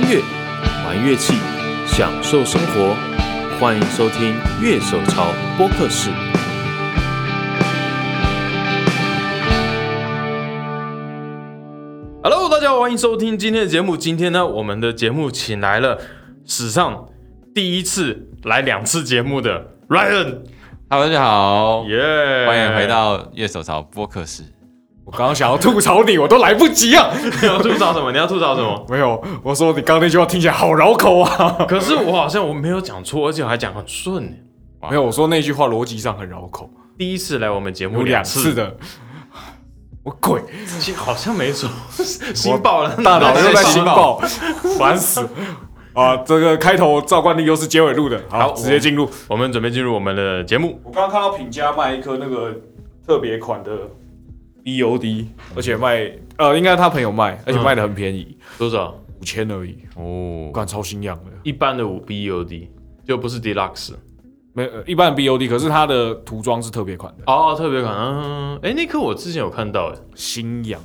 乐、玩乐器、享受生活，欢迎收听《乐手潮播客室》。Hello，大家好，欢迎收听今天的节目。今天呢，我们的节目请来了史上第一次来两次节目的 Ryan， Hello，大家好耶、欢迎回。到乐手潮播客室。我刚刚想要吐槽你，我都来不及啊！ 你要吐槽什么？你要吐槽什么？没有，我说你刚刚那句话听起来好绕口啊！可是我好像我没有讲错，而且我还讲很顺耶。没有，我说那句话逻辑上很绕口，第一次来我们节目有两次次，的。我鬼，其实好像没错，新爆了，大脑又 在新新。爆，烦死！啊，这个开头照惯例又是结尾录的，好好，直接进入。我们准备进入我们的节目，我刚刚看到品家卖一颗那个特别款的 BOD，而且卖呃，应该他朋友卖，而且嗯卖的很便宜，多少？五千而已，哦我，感超心痒的。一般的五 BUD 就不是 Deluxe 没呃一般的 BOD，可是它的涂装是特别款的，哦，特别款。嗯，哎，那颗我之前有看到，哎，心痒。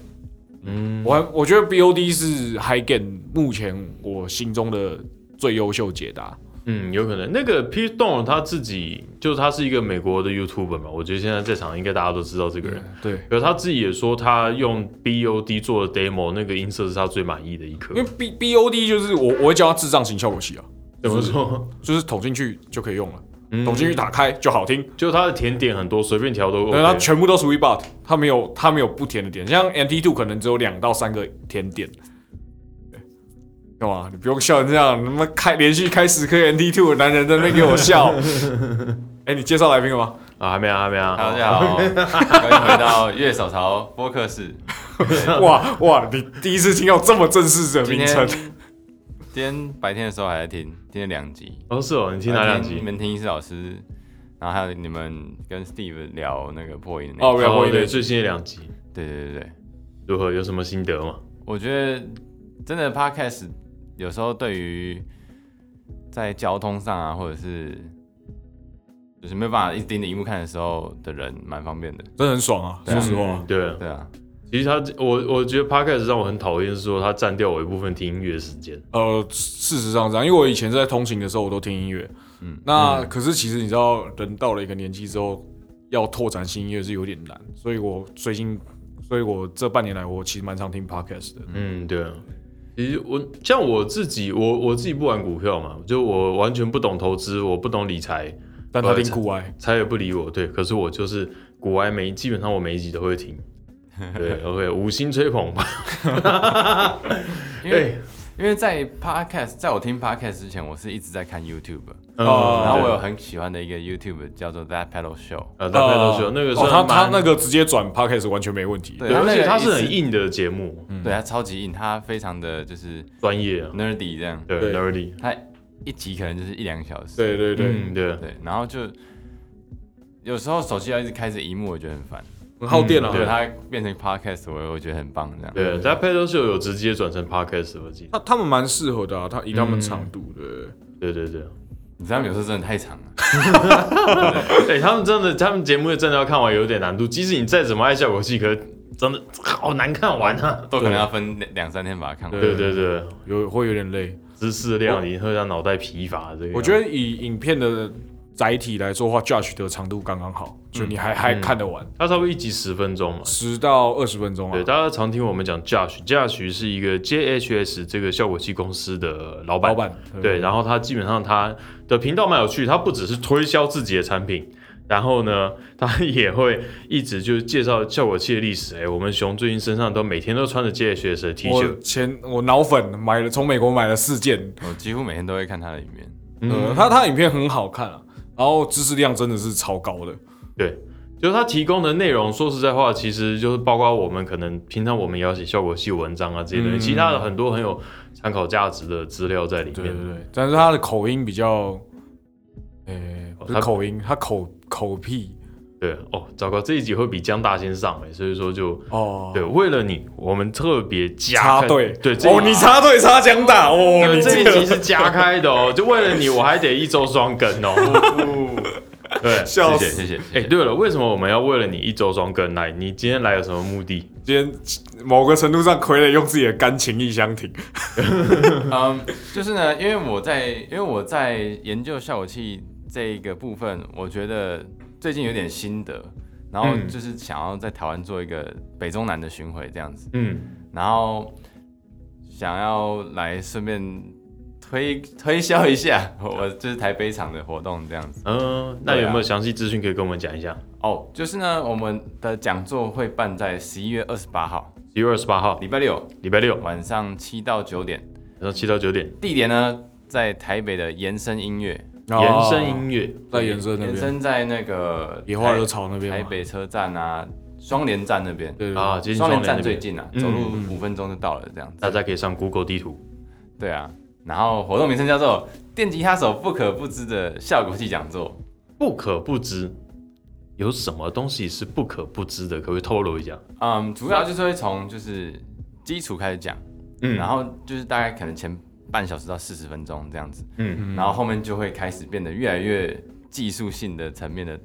嗯，我还我觉得 BOD 是 High Gain 目前我心中的最优秀解答。嗯，有可能那个 P Don 他自己就是他是一个美国的 YouTuber 嘛，我觉得现在在场应该大家都知道这个人。对，可是他自己也说，他用 BOD 做的 demo 那个音色是他最满意的一颗因为。B BOD 就是我我会叫它智障型效果器啊，怎么说？就是捅进去就可以用了，嗯捅进去打开就好听。就它的甜点很多，随便调都 OK。对，它全部都属于 bot，它没有它没有不甜的点，像 NT Two 可能只有两到三个甜点。干嘛？你不用笑成这样，他妈开连续开十颗 NT Two 的男人在那边给我笑。哎、你介绍来宾了吗？啊，还没啊，还没啊。 Hello，大家好，欢迎回到乐手潮播客室。哇哇，你第一次听到这么正式的今名天称。今天白天的时候还在听，听了两集。哦，是哦，你听哪两听你集？们听一次老师，然后还有你们跟 Steve 聊那个破音的那哦一集对我哦，也对，最新的两集对对对对，如何？有什么心得吗？我觉得真的 Podcast 有时候对于在交通上啊，或者是就是没有办法一直盯着荧幕看的时候的人，蛮方便的。真的很爽啊！对啊说实话嗯，，对。对啊，其实他，我我觉得 podcast 让我很讨厌，是说它占掉我一部分听音乐的时间。呃，事实上是这样，因为我以前在通勤的时候，我都听音乐。嗯嗯，那可是其实你知道，人到了一个年纪之后，要拓展新音乐是有点难，所以我最近，所以我这半年来，我其实蛮常听 podcast 的。嗯，对啊。其实我像我自己，我我自己不玩股票嘛，就我完全不懂投资，我不懂理财，但他听酷爱，财也不理我。对，可是我就是股癌每基本上我每一集都会听。对，OK，五星吹捧吧。 因为、因为在 podcast，在我听 podcast 之前，我是一直在看 YouTube，、嗯哦然后我对有很喜欢的一个 YouTube 叫做 That Pedal Show，呃，大概都是有那个哦，算他蛮他那个直接转 podcast 完全没问题。对对，而且它他那个是一很次硬的节目，嗯对它超级硬，它非常的就是专业啊， nerdy 这样，对对 n e r d 它一集可能就是一两个小时，对对对，嗯，对，对，然后就有时候手机要一直开着荧幕，我觉得很烦，很耗电啊。嗯对对它变成 podcast，我我觉得很棒这样，对，在配都是有直接转成 podcast 我记得，他他们蛮适合的啊，他以他嗯们长度的，对对对，你知道有时候真的太长了，哎，他们真的，他们节目真的要看完有点难度，即使你再怎么爱效果器，可是真的好难看完啊，都可能要分两两三天把它看完。对对对，有会有点累。知识量你会让脑袋疲乏，这个我觉得以影片的载体来说的话，Judge 的长度刚刚好，就嗯你还、还看得完，它差不多一集十分钟嘛。十到二十分钟啊对，。大家常听我们讲 Josh，Josh 是一个 JHS 这个效果器公司的老板老，板对，，然后他基本上他的频道蛮有趣，他不只是推销自己的产品，然后呢， 他也会一直就是介绍效果器的历史。哎，我们熊最近身上都每天都穿着 JHS 的 T 我恤，前我脑粉买了，从美国买了四件，我几乎每天都会看它的影片。呃，他他影片很好看啊，然后知识量真的是超高的，对，就是他提供的内容，说实在话，其实就是包括我们可能平常我们也要写效果器文章啊这些东西，其他的很多很有参考价值的资料在里嗯对面对。对，但是他的口音比较，呃、不他是口音，他口口癖对哦，糟糕，这一集会比江大先上哎，所以说就。哦，对，为了你，我们特别加插开队，对，这一哦，你插队插江大，哦，对你这这一集个 是加开的哦，就为了你，我还得一周双更哦。对，笑谢死！谢谢谢。哎、谢谢对了，为什么我们要为了你一周双更来？你今天来有什么目的？今天某个程度上，傀儡用自己的肝情意相挺。 嗯，就是呢，因为我在因为我在研究效果器这一个部分，我觉得最近有点心得，然后嗯就是想要在台湾做一个北中南的巡回这样子，嗯，然后想要来顺便推推销一下我就是台北场的活动这样子。呃，那对啊有没有详细资讯可以跟我们讲一下？哦，就是呢，我们的讲座会办在十一月二十八号，一月二十八号，礼拜六礼拜六晚晚上七到九点，上七到九点，地点呢在台北的延伸音乐。延伸音乐。哦在延伸那延边，伸在那个野花台惹草那边台嘛。北车站啊，双连站那边，对啊，啊，接近双双连联站那最边，近啊，嗯走路五分钟就到了，这样大子。家可以上 Google 地图。对啊，然后活动名称叫做“电吉他手不可不知的效果器讲座不可不知，有什么东西是不可不知的？可不可以透露一下？”。嗯，主要就是会从就是基础开始讲，嗯然后就是大概可能前半小时到四十分钟这样子，嗯，然后后面就会开始变得越来越技术性的层面的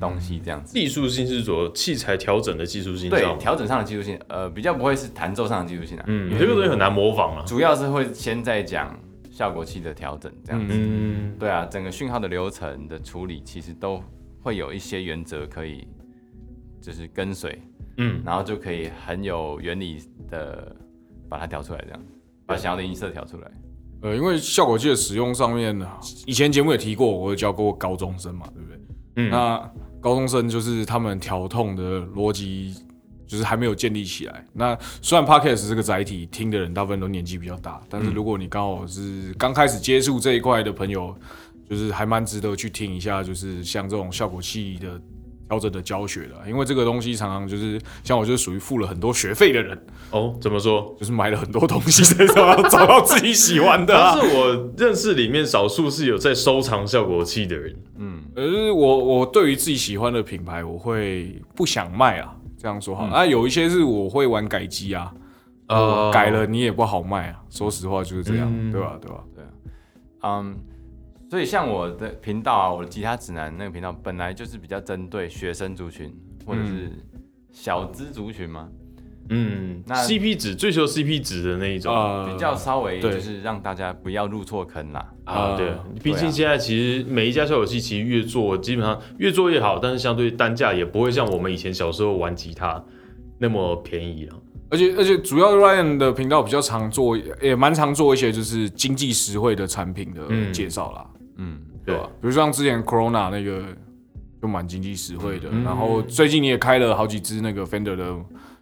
东西这样子。技术性是说器材调整的哦技术性，对知道，吗调整上的技术性，呃，比较不会是弹奏上的技术性啊，嗯，这个东西很难模仿啊。主要是会先在讲效果器的调整，这样子。嗯，对啊，整个讯号的流程的处理，其实都会有一些原则可以，就是跟随，嗯，然后就可以很有原理的把它调出来，这样把想要的音色调出来。呃，因为效果器的使用上面，以前节目也提过，我有教过高中生嘛，对不对？嗯那高中生就是他们调痛的逻辑就是还没有建立起来。那虽然 podcast 这个载体听的人大部分都年纪比较大，但是如果你刚好是刚开始接触这一块的朋友，就是还蛮值得去听一下，就是像这种效果器的。调整的教学的，啊因为这个东西常常就是像我就是属于付了很多学费的人，哦，怎么 说？就是买了很多东西，才找到找到自己喜欢的、啊他。是我认识里面少数是有在收藏效果器的人。呃，就是我我对于自己喜欢的品牌，我会不想卖啊，这样说好。那、有一些是我会玩改机啊，哦改了你也不好卖啊。说实话就是这样，嗯对吧？对吧？嗯，所以像我的频道啊，我的吉他指南那个频道，本来就是比较针对学生族群或者是小资族群嘛，嗯那，CP 值追求 CP 值的那一种啊，呃比较稍微对就是让大家不要入错坑啦。啊对对啊，毕竟现在其实每一家效果器其实越做基本上越做越好，但是相对单价也不会像我们以前小时候玩吉他那么便宜啊了。而且而且主要 Ryan 的频道比较常做，也蛮常做一些就是经济实惠的产品的嗯介绍啦，嗯，对吧？比如像之前 Corona 那个就蛮经济实惠的，嗯然后最近你也开了好几支那个 Fender 的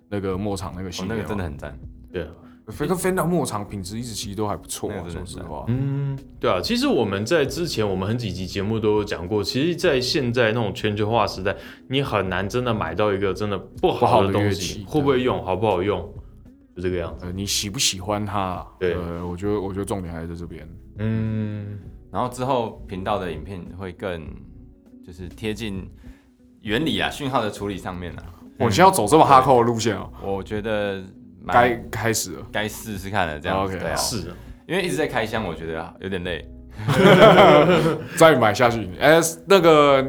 那个末场那个我系哦那列嘛、个真的很赞。啊对， Fender Fender 末场品质一直其实都还不错、那啊，个真说的实是话。嗯，对啊，其实我们在之前我们很几集节目都有讲过，其实，在现在那种全球化时代，你很难真的买到一个真的不不好好的的东乐西器，会不会用，好不好用，就这个样子。呃，你喜不喜欢它啊？对呃，我觉得我觉得重点还是在这边。嗯，然后之后频道的影片会更就是贴近原理啊，讯号的处理上面啊，我哦现在要走这么哈扣的路线哦，我觉得蛮该开始了。该试试看了这样子 OK，对啊，是啊，因为一直在开箱，我觉得有点累。再买下去。哎、那个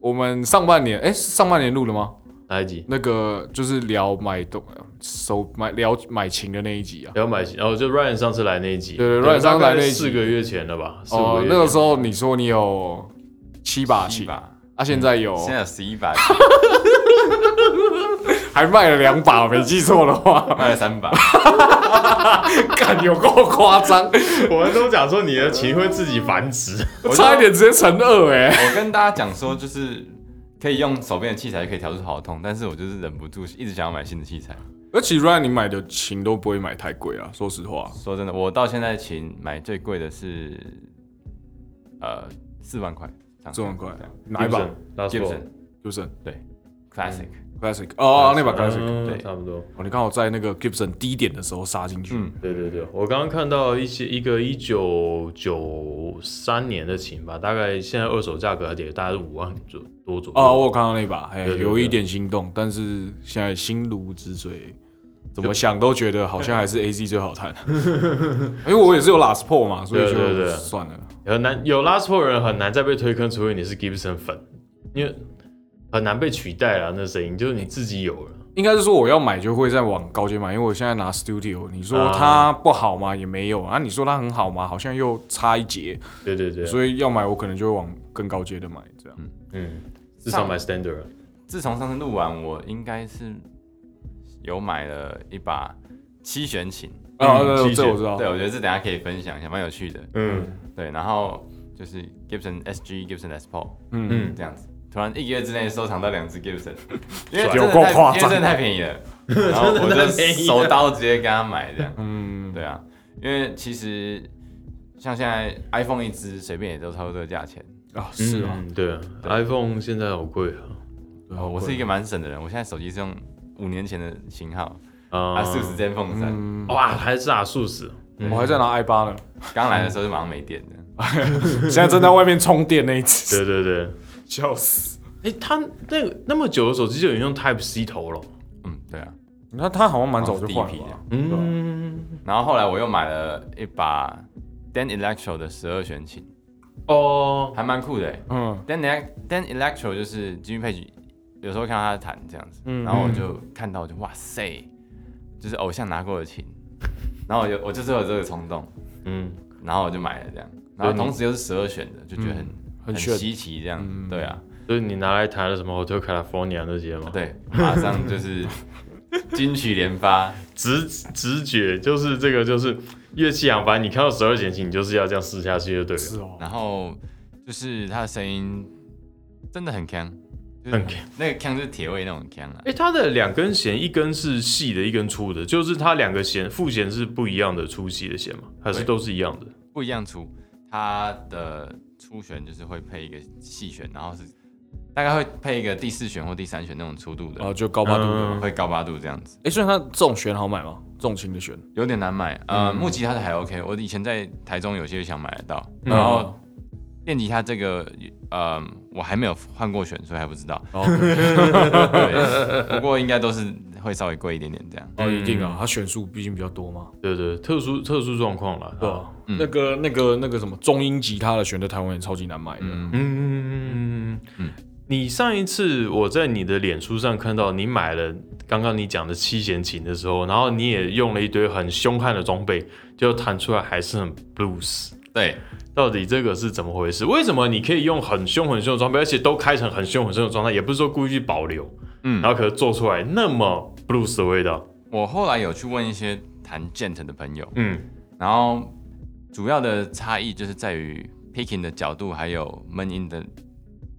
我们上半年，哎、是上半年录了吗？哪一集？那个就是聊买东手买聊买琴的那一集啊。要买，然后就 Ryan 上次来那一集，对对，Ryan 上次来那一集四个月前了吧？四五哦个，月那个前时候你说你有七把七琴，把，嗯啊，现在有、现在有十一把，还卖了两把，没记错的 话，卖了 三把，干有 够夸张， 我们都讲说你的琴会自己繁殖，我就差一点直接乘二哎、我跟大家讲说，就是可以用手边的器材可以调出好痛，但是我就是忍不住一直想要买新的器材。而且 Ryan 你买的琴都不会买太贵啊，说实话，说真的，我到现在琴买最贵的是呃四万块，这万块这样 哪一把？拉 Gibson 就是对 Classic， Classic 哦，那把 Classic，、嗯，对差不多。哦，你刚好在那个 Gibson 低点的时候杀进去，嗯对对对，我刚刚看到一些一个一九九三年的琴吧，大概现在二手价格也大概是五万左多左右。哦，我有看到那把，哎，对对对有一点心动，但是现在心如止水，怎么想都觉得好像还是 AZ 最 好弹，因为我也是有 Last p o 嘛，所以对对就对算了，很难有拉错人很难再被推坑，除非你是 Gibson 粉。因为很难被取代啊，那声音就是你自己有了。应该是说我要买就会再往高阶买，因为我现在拿 Studio，你说啊它不好吗？也没有啊，你说它很好吗？好像又差一截，对对啊对，所以要买我可能就会往更高阶的买，这样。嗯，至少买 standard 自从上次录完，我应该是有买了一把七弦琴。啊，嗯对机械这我知道对，。我觉得这等一下可以分享一下，蛮有趣的。嗯对，然后就是 Gibson SG、Gibson Les Paul 嗯，嗯，这样子，突然一个月之内收藏到两 只 Gibson，因为有真的够太夸因为张真的太便 宜了，然后我就太便宜了手刀直接给他买这样。嗯，对啊，因为其实像现在 iPhone 一只随便也都差不多这个价钱。啊，是啊，嗯对啊，iPhone 现在好贵啊。对啊哦，我是一个蛮省的人，我现在手机是用五年前的型号，啊，四十 Zenfone 三，嗯，哇，还是啊，素食，我还在拿 i 八呢，刚来的时候就马上没电的。嗯现在正在外面充电那一只，对对对。 笑死。哎，他那个那么久的手机就有人用 Type C 头了。嗯，对啊。那他好像蛮哦早就换好像是第一批了吧的，嗯，然后后来我又买了一把 Dan Electro 的十二弦琴，哦，还蛮酷的欸。嗯 Dan Elec- Dan Electro 就是 Jimmy Page，有时候看到他弹这样子，嗯然后我就看到我就哇塞，就是偶像拿过的琴，然后我就我就是有这个冲动，嗯，然后我就买了这样，然后同时又是十二选的，就觉得很、嗯很炫嗯稀奇这样，对啊，所以你拿来弹了什么 Hotel California 那些吗？，对，马上就是金曲连发，直直觉就是这个，就是乐器行，反正你看到十二弦琴，你就是要这样试下去就对了。是哦，然后就是他的声音真的很强，就是很强那个强就是铁味那种强啊，哎、它的两根弦，一根是细的，一根粗的，就是它两个弦副弦是不一样的粗细的弦嘛，还是对都是一样的？不一样粗，它的粗弦就是会配一个细弦，然后是大概会配一个第四弦或第三弦那种粗度的，然啊后就高八度的。嗯会高八度这样子，哎，所以它这种弦好买吗？这种琴的弦，有点难买。嗯呃，木吉他的还 OK，我以前在台中有些想买得到，嗯然后电吉他这个，呃，我还没有换过弦，所以还不知道。哦，对对，不过应该都是会稍微贵一点点这样。哦，嗯一定啊，它弦数毕竟比较多嘛，对对，特殊特殊状况啦。对它吧？那个、那个、那个什么中音吉他的弦在台湾也超级难买的，嗯，嗯，你上一次我在你的脸书上看到你买了刚刚你讲的七弦琴的时候，然后你也用了一堆很凶悍的装备，就弹出来还是很 blues。对，到底这个是怎么回事？为什么你可以用很凶很凶的装备，而且都开成很凶很凶的状态，也不是说故意去保留，嗯然后可是做出来那么 blues 的味道，我后来有去问一些弹 gent 的朋友，嗯然后主要的差异就是在于 picking 的角度，还有闷音的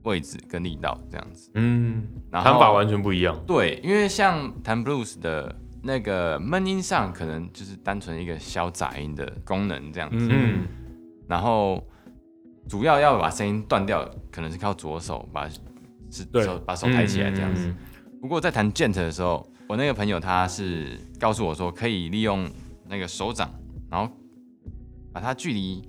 位置跟力道这样子。嗯，然后弹法完全不一样，对，因为像弹 blues 的那个闷音上，可能就是单纯一个消杂音的功能这样子。嗯然后主要要把声音断掉，可能是靠左手把是对手把手抬起来这样子。嗯不过在弹 gent 的时候，我那个朋友他是告诉我说，可以利用那个手掌，然后把它距离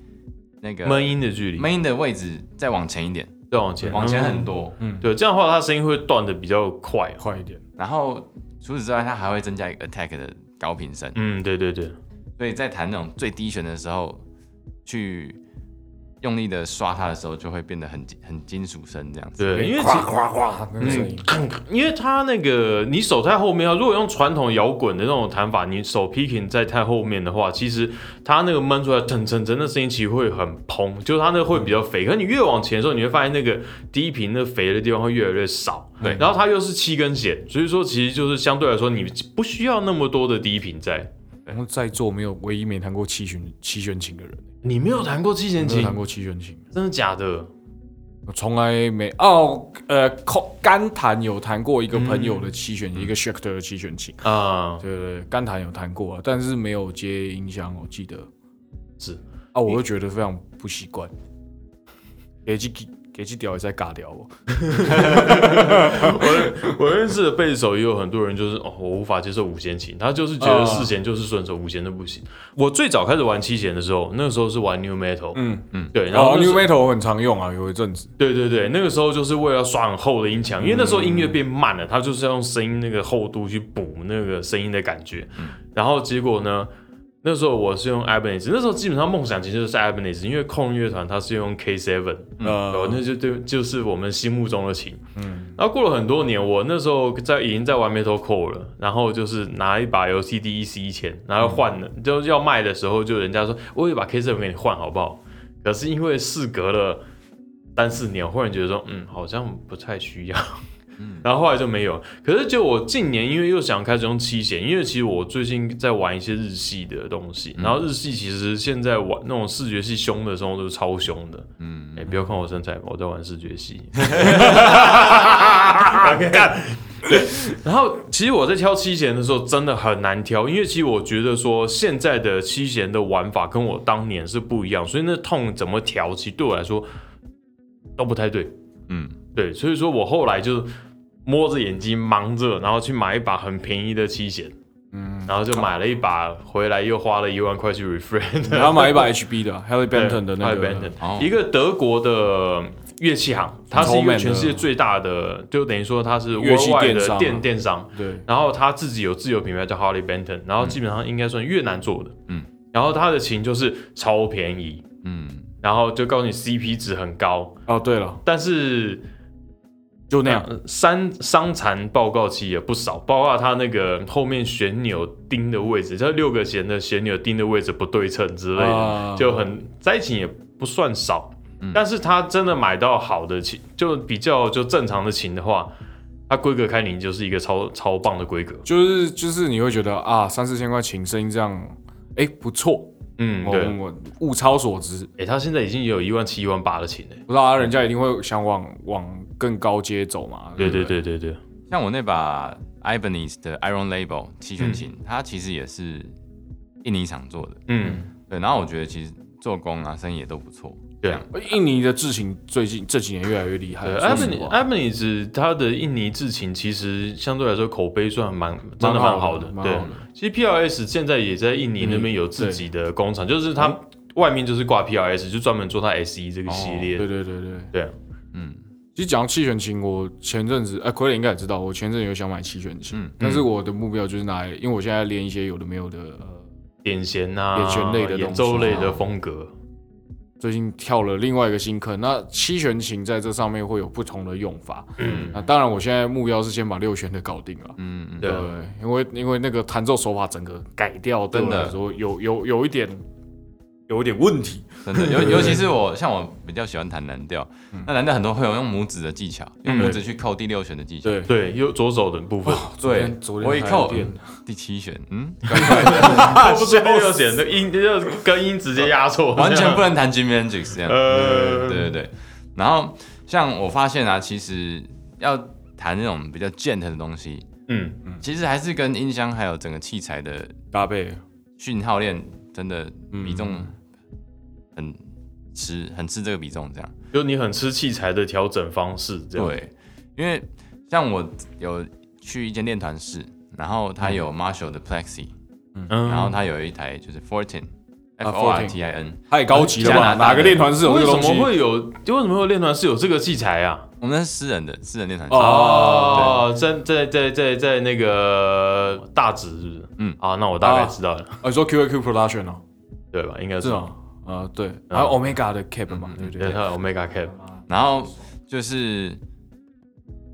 那个嗯闷音的距离，闷音的位置再往前一点，再往前，往嗯前很多。对，这样的话它声音会断的比较快、哦。快一点。然后除此之外，它还会增加一个 attack 的高频声，嗯，对对对，所以在弹那种最低旋的时候，去用力的刷它的时候，就会变得很金很金属声这样子。对，因为其哗哗哗那个声音，因为它那个你手太后面啊，如果用传统摇滚的那种弹法，你手 picking 在太后面的话，其实它那个闷出来腾腾腾的声音其实会很砰，就是它那个会比较肥。可是你越往前的时候，你会发现那个低频的肥的地方会越来越少。对然后它又是七根弦，所以说其实就是相对来说你不需要那么多的低频在。然后在座没有唯一没弹过七弦七弦琴的人，你没有弹过七弦没有琴弹，过七弦琴，真的假的？我从来没哦，呃，口干弹有弹过一个朋友的七弦，嗯一个 Schecter 的七弦琴，啊、对对对，干弹有弹过啊，但是没有接音箱，我记得是啊，我就觉得非常不习惯，给几给几屌也在尬聊哦我， 我认识的贝斯手也有很多人，就是哦，我无法接受五弦琴，他就是觉哦得四弦就是顺手，五弦就不行。我最早开始玩七弦的时候，那个时候是玩 New Metal，嗯嗯，对，然然后后那时 New 候、 Metal 很常用啊，有一阵子，对对对，那个时候就是为了要刷很厚的音墙，因为那嗯时候音乐变慢了，他嗯就是要用声音那个厚度去补那个声音的感觉。然后结果呢，那时候我是用 Ibanez，那时候基本上梦想其实就是 Ibanez，因为控乐团它是用 K Seven，哦， 呃，那就对，就是我们心目中的琴。嗯，然后过了很多年，我那时候在已经在玩 Metal Core 了，然后就是拿一把 LCD 一 C 一千，然后换了，就要卖的时候，就人家说我有一把 K 7给你换好不好？可是因为事隔了三四年，我忽然觉得说，嗯，好像不太需要。 然后后来就没有，可是就我近年因为又想开始用七弦，因为其实我最近在玩一些日系的东西，然后日系其实现在玩那种视觉系凶的时候都是超凶的，嗯哎、，不要看我身材，我在玩视觉系。 干然后，其实我在挑七弦的时候真的很难挑，因为其实我觉得说现在的七弦的玩法跟我当年是不一样，所以那痛怎么调，其实对我来说都不太对。嗯，对，所以说我后来就摸着眼睛忙着，然后去买一把很便宜的七弦，嗯，然后就买了一把回来，又花了一万块去 refrain。然后买一把 HB 的 Harry Benton 的那 b e n t o 个 n，哦一个德国的乐器行，它是一 Trollman 个的全世界最大的，就等于说它是乐器 worldwide 电商的啊电电商。对，然后他自己有自有品牌叫 Harley Benton，然嗯后基本上应该算越南做的，嗯，然后他的琴就是超便宜，嗯，然后就告诉你 CP 值很高，哦，对了，但是就那样，呃伤伤残报告期也不少，包括他那个后面旋钮钉的位置，这六个弦的旋钮钉的位置不对称之类的，啊嗯就很灾情也不算少。但是他真的买到好的琴，就比较就正常的琴的话，它规格开零就是一个超超棒的规格。就是就是你会觉得啊，三四千块琴声音这样，哎，不错，嗯，我对。我物超所值，哎、他现在已经有一万七、一万八的琴嘞。不知道啊人家一定会想往往更高阶走嘛，对不对，对对对，像我那把 Ibanez 的 Iron Label 七弦琴，它其实也是印尼厂做的，嗯，对，然后我觉得其实做工啊、生意也都不错，对啊。印尼的制琴最近这几年越来越厉害，对哎说实 Ebony 话 Ebony 它的印尼制琴其实相对来说口碑算蛮哎真的蛮蛮好好的的，蛮对好的。其实 PLS 现在也在印尼那边有自己的工嗯厂，就是它外面就是挂 PLS，就专门做它 SE 这个哦系列。哦对对对对。对啊，嗯其实讲到气旋琴，我前阵子，哎、傀儡应该也知道，我前阵子有想买气旋琴，嗯但是我的目标就是拿来，因为我现在练一些有的没有的，呃，点弦啊，点弦类的东西演奏类的风格，最近跳了另外一个新坑。那七弦琴在这上面会有不同的用法，哦嗯，那当然我现在目标是先把六弦的搞定了。嗯嗯，对啊因为因为那个弹奏手法整个改掉，对我真的来说有有有一点有一点问题。真的，尤尤其是我像我比较喜欢弹蓝调，那蓝调很多会有用拇指的技巧，用拇指去扣第六弦的技巧，对，对，右左手的部 分，昨天昨天我一还扣练嗯第七弦，嗯，啊不是 右弦的音，就跟音直接压错， 完全不能弹 Jimi Hendrix 这样，呃，对对对。然后像我发现啊，其实要弹那种比较 gent 的东西， 嗯。其实还是跟音箱还有整个器材的搭配，讯号链真的比重很吃很吃这个比重这样。就你很吃器材的调整方式，这样，对，因为像我有去一间练团室，然后它有 Marshall 的 Plexi，、嗯然后它有一台就是 Fortin。F 啊 O R T I N，太高级了哎加吧？拿大哪个练团是有为这个什东西？么会有？就为什么会有练团是有这个器材啊？我们那是私人的私人练团室，哦，在在在在在那个大直是不是？嗯啊，那我大概知道了，啊，你说 QAQ Production 哦，对吧？应该是是，吗？啊，对，嗯还有 Omega 的 Cap 嘛，对不对，对？它有 Omega Cap，然后就是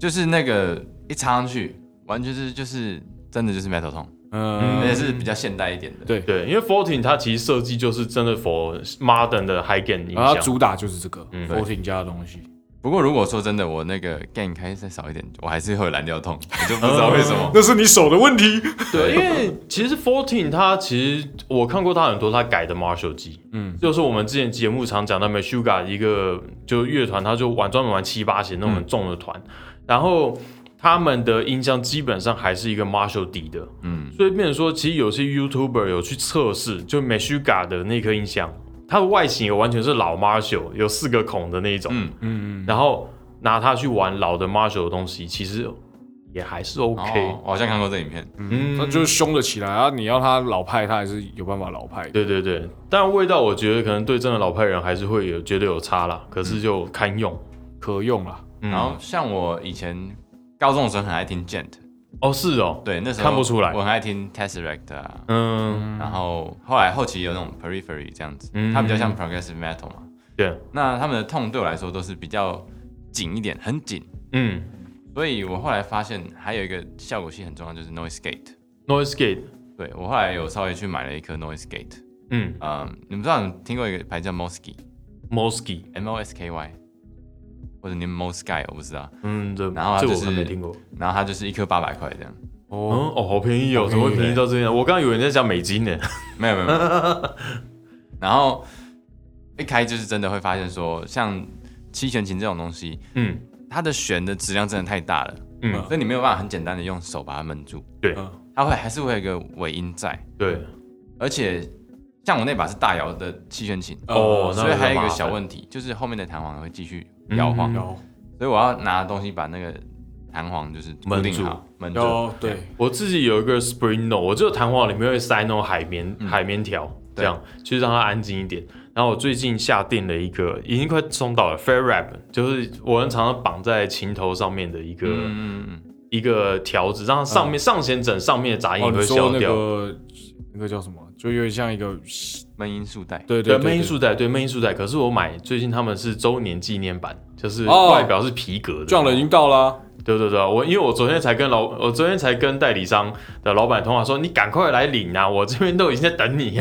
就是那个一插上去，完全是就是真的就是 metal 痛，而且嗯，是比较现代一点的。对对，因为 Fourteen 它其实设计就是真的 for modern 的 high gain 音然后它响，主打就是这个嗯 Fourteen 家的东西，不过如果说真的，我那个 gain 开再少一点，我还是会有蓝调痛，我就不知道为什 么。那是你手的问题。对，因为其实 Fourteen 它其实我看过它很多它改的 Marshall 机，嗯，就是我们之前节目常讲到 Meshuga 一个就乐团，他就玩专门玩七八弦那种很重的团，然后他们的音箱基本上还是一个 Marshall 底的，嗯，所以变成说，其实有些 YouTuber 有去测试，就 Meshuga 的那颗音箱，它的外形也完全是老 Marshall，有四个孔的那一种，嗯嗯然后拿它去玩老的 Marshall 的东西，其实也还是 OK，、哦我好像看过这影片。嗯那就是凶得起来啊！你要他老派，他还是有办法老派的。对对对，但味道我觉得可能对真的老派人还是会有觉得有差啦，可是就堪用，可用啦。嗯然后像我以前高中的时候很爱听 gent，哦，是哦，对，那时候看不出来我很爱听 Tesseract 啊，嗯，然后后来后期有那种 Periphery 这样子，嗯它比较像 Progressive Metal 嘛。对，那他们的痛对我来说都是比较紧一点，很紧。嗯所以我后来发现还有一个效果器很重要，就是 Noise Gate。 ，Noise Gate，对我后来有稍微去买了一颗 Noise Gate。嗯嗯，你们知道你听过一个牌叫 Mosky，M ，Mosky， O S K Y，或者念 Mosky，我不知道。嗯，这然后它这就我还没是听过。然后它就是一颗八百块这样。嗯，哦，好便宜哦，好便宜怎么会便宜到这样？我刚刚以为你在讲美金呢。没有没有。没有 然后一开就是真的会发现说，像七弦琴这种东西，嗯它的弦的质量真的太大了，嗯，所以你没有办法很简单的用手把它闷住，对嗯它会还是会有一个尾音在，对，而且像我那把是大摇的七弦琴，嗯哦，那所以还有一麻个烦小，问题，就是后面的弹簧会继续摇晃，嗯有所以我要拿东西把那个弹簧就是固定好，闷住，哦有对，我自己有一个 Spring No，我这个弹簧里面会塞那种海绵、嗯海绵条，这对样就是让它安静一点。然后我最近下定了一个，已经快松到了 Fair Wrap，就是我很常常绑在琴头上面的一个、嗯嗯嗯，一个条子，让它上面、上弦枕上面的杂音嗯哦，你会说消那掉。个那个叫什么，就有点像一个，闷音束带，对对对，闷音束带，对闷音束带。可是我买最近他们是周年纪念版，就是哦外表是皮革的。撞了已经到了，对对对，我因为我昨天才跟老，我昨天才跟代理商的老板通话说，你赶快来领啊，我这边都已经在等你。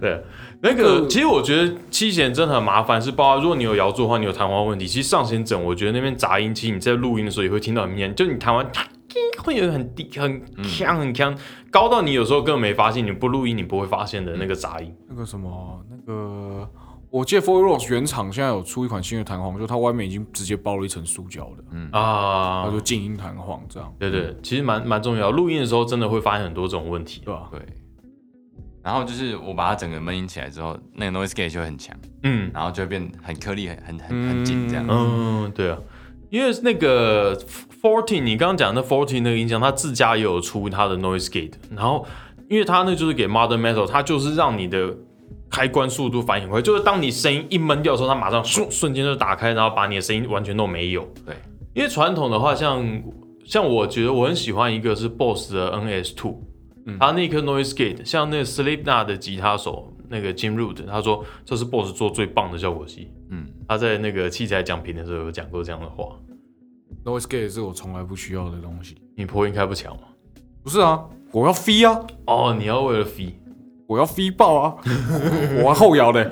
对，那那个个其实我觉得七弦真的很麻烦，是包括如果你有摇柱的话，你有弹簧问题，其实上弦枕我觉得那边杂音，其实你在录音的时候也会听到很明显，就你弹完 会有很低、很呛、很呛，高到你有时候根本没发现，你不录音你不会发现的那个杂音。那个什么，那个我记得 Four Rose 原厂现在有出一款新的弹簧，就它外面已经直接包了一层塑胶的，啊它，就静音弹簧这样，对对，其实蛮蛮重要。录音的时候真的会发现很多这种问题。对吧？对。然后就是我把它整个闷音起来之后，那个 noise gate 就会很强，嗯然后就会变很颗粒、很很很很紧这样。嗯，对啊，因为那个 Fourteen，你刚刚讲的 Fourteen 那个音箱，它自家也有出它的 Noise Gate，然后因为它那就是给 Modern Metal，它就是让你的开关速度反应很快，就是当你声音一闷掉的时候，它马上瞬瞬间就打开，然后把你的声音完全都没有。对，因为传统的话，像像我觉得我很喜欢一个是 Boss 的 NS Two，他那颗 Noise Gate，像那个 Slipknot 的吉他手那个 Jim Root，他说这是 Boss 做最棒的效果器。嗯，他在那个器材讲评的时候有讲过这样的话。 Noise Gate 是我从来不需要的东西，你破音开不强吗？不是啊，我要飞啊，哦，你要为了 fee，我要飞爆啊， 我要后摇的，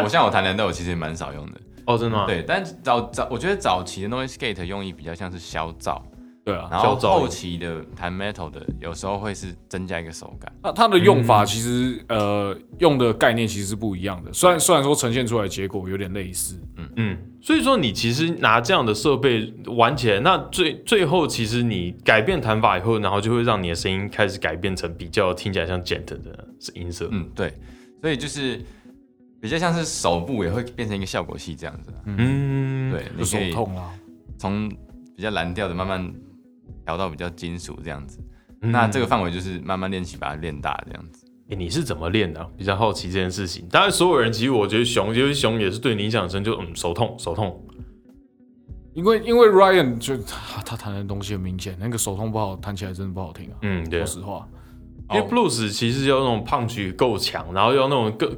我像我弹蓝调，我其实也蛮少用的。哦，真的吗？，对，但早早我觉得早期的 noise gate 用意比较像是消噪，对啊，然后消噪后期的弹 metal 的有时候会是增加一个手感。那它的用法其实呃用的概念其实是不一样的，虽然虽然说呈现出来的结果有点类似，嗯，所以说你其实拿这样的设备玩起来，那最最后其实你改变弹法以后，然后就会让你的声音开始改变成比较听起来像 gent 的音色。嗯，对，所以就是比较像是手部也会变成一个效果器这样子啊。嗯，对，就你手可以痛啦，从比较蓝调的慢慢调到比较金属这样子。嗯那这个范围就是慢慢练习，把它练大这样子。诶你是怎么练的啊、比较好奇这件事情。当然，所有人其实我觉得熊，就是熊也是对你影响很深，就嗯手痛手痛。因为因为 Ryan 就他他弹的东西很明显，那个手痛不好，弹起来真的不好听啊，嗯，对说，实话，因哦为 blues 其实要那种胖曲够强，然后要那种够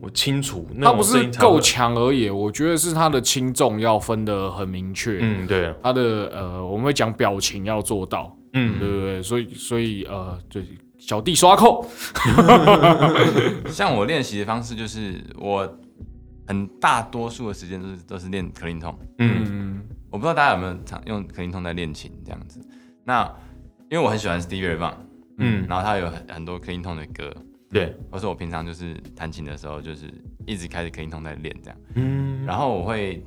够清楚，那它种不声是音才会够强而已，我觉得是它的轻重要分得很明确，嗯，对，它的呃我们会讲表情要做到，嗯对不对？所以所以呃对小弟刷扣，像我练习的方式就是，我很大多数的时间都是都是练克林痛。嗯嗯，我不知道大家有没有常用克林痛在练琴这样子。那因为我很喜欢 Stevie Ray Vaughan，嗯，然后他有很很多克林痛的歌，对，或是我平常就是弹琴的时候，就是一直开着克林痛在练这样。嗯然后我会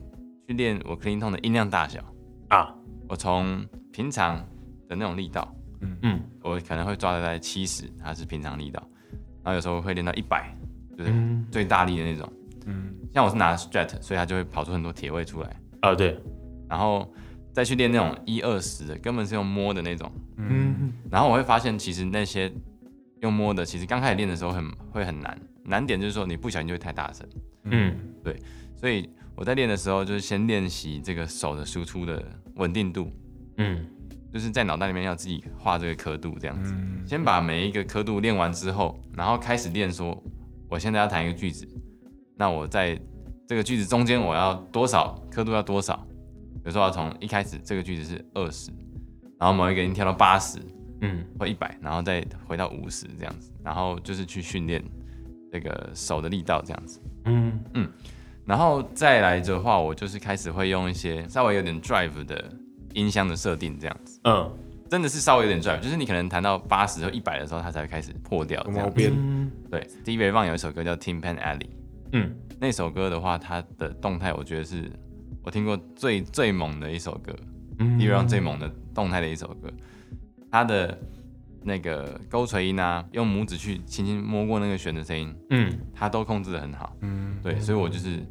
去练我克林痛的音量大小，啊，我从平常的那种力道，嗯我可能会抓的在七十，它是平常力道，然后有时候会练到一百，就是嗯最大力的那种。嗯，像我是拿 strat，所以它就会跑出很多铁位出来，啊，对，然后再去练那种一二十的，根本是用摸的那种。嗯然后我会发现，其实那些用摸的，其实刚开始练的时候很会很难，难点就是说你不小心就会太大声。嗯所以我在练的时候，就是先练习这个手的输出的稳定度，嗯，就是在脑袋里面要自己画这个刻度这样子。嗯，先把每一个刻度练完之后，然后开始练说，我现在要弹一个句子，那我在这个句子中间我要多少刻度要多少？比如说我要从一开始这个句子是二十，然后某一个音跳到八十嗯，或一百，然后再回到五十这样子，然后就是去训练这个手的力道这样子。嗯，然后再来的话，我就是开始会用一些稍微有点 drive 的音箱的设定这样子，嗯，真的是稍微有点 drive，就是你可能弹到八十或一百的时候，它才会开始破掉这有毛样子。边嗯，对，Stevie Ray Vaughan 有一首歌叫《Timpan Alley》，嗯，那首歌的话，它的动态我觉得是我听过最最猛的一首歌，Stevie 嗯 Ray Vaughan 最猛的动态的一首歌。它的那个勾锤音啊，用拇指去轻轻摸过那个弦的声音，嗯，它都控制的很好。嗯，对，所以我就是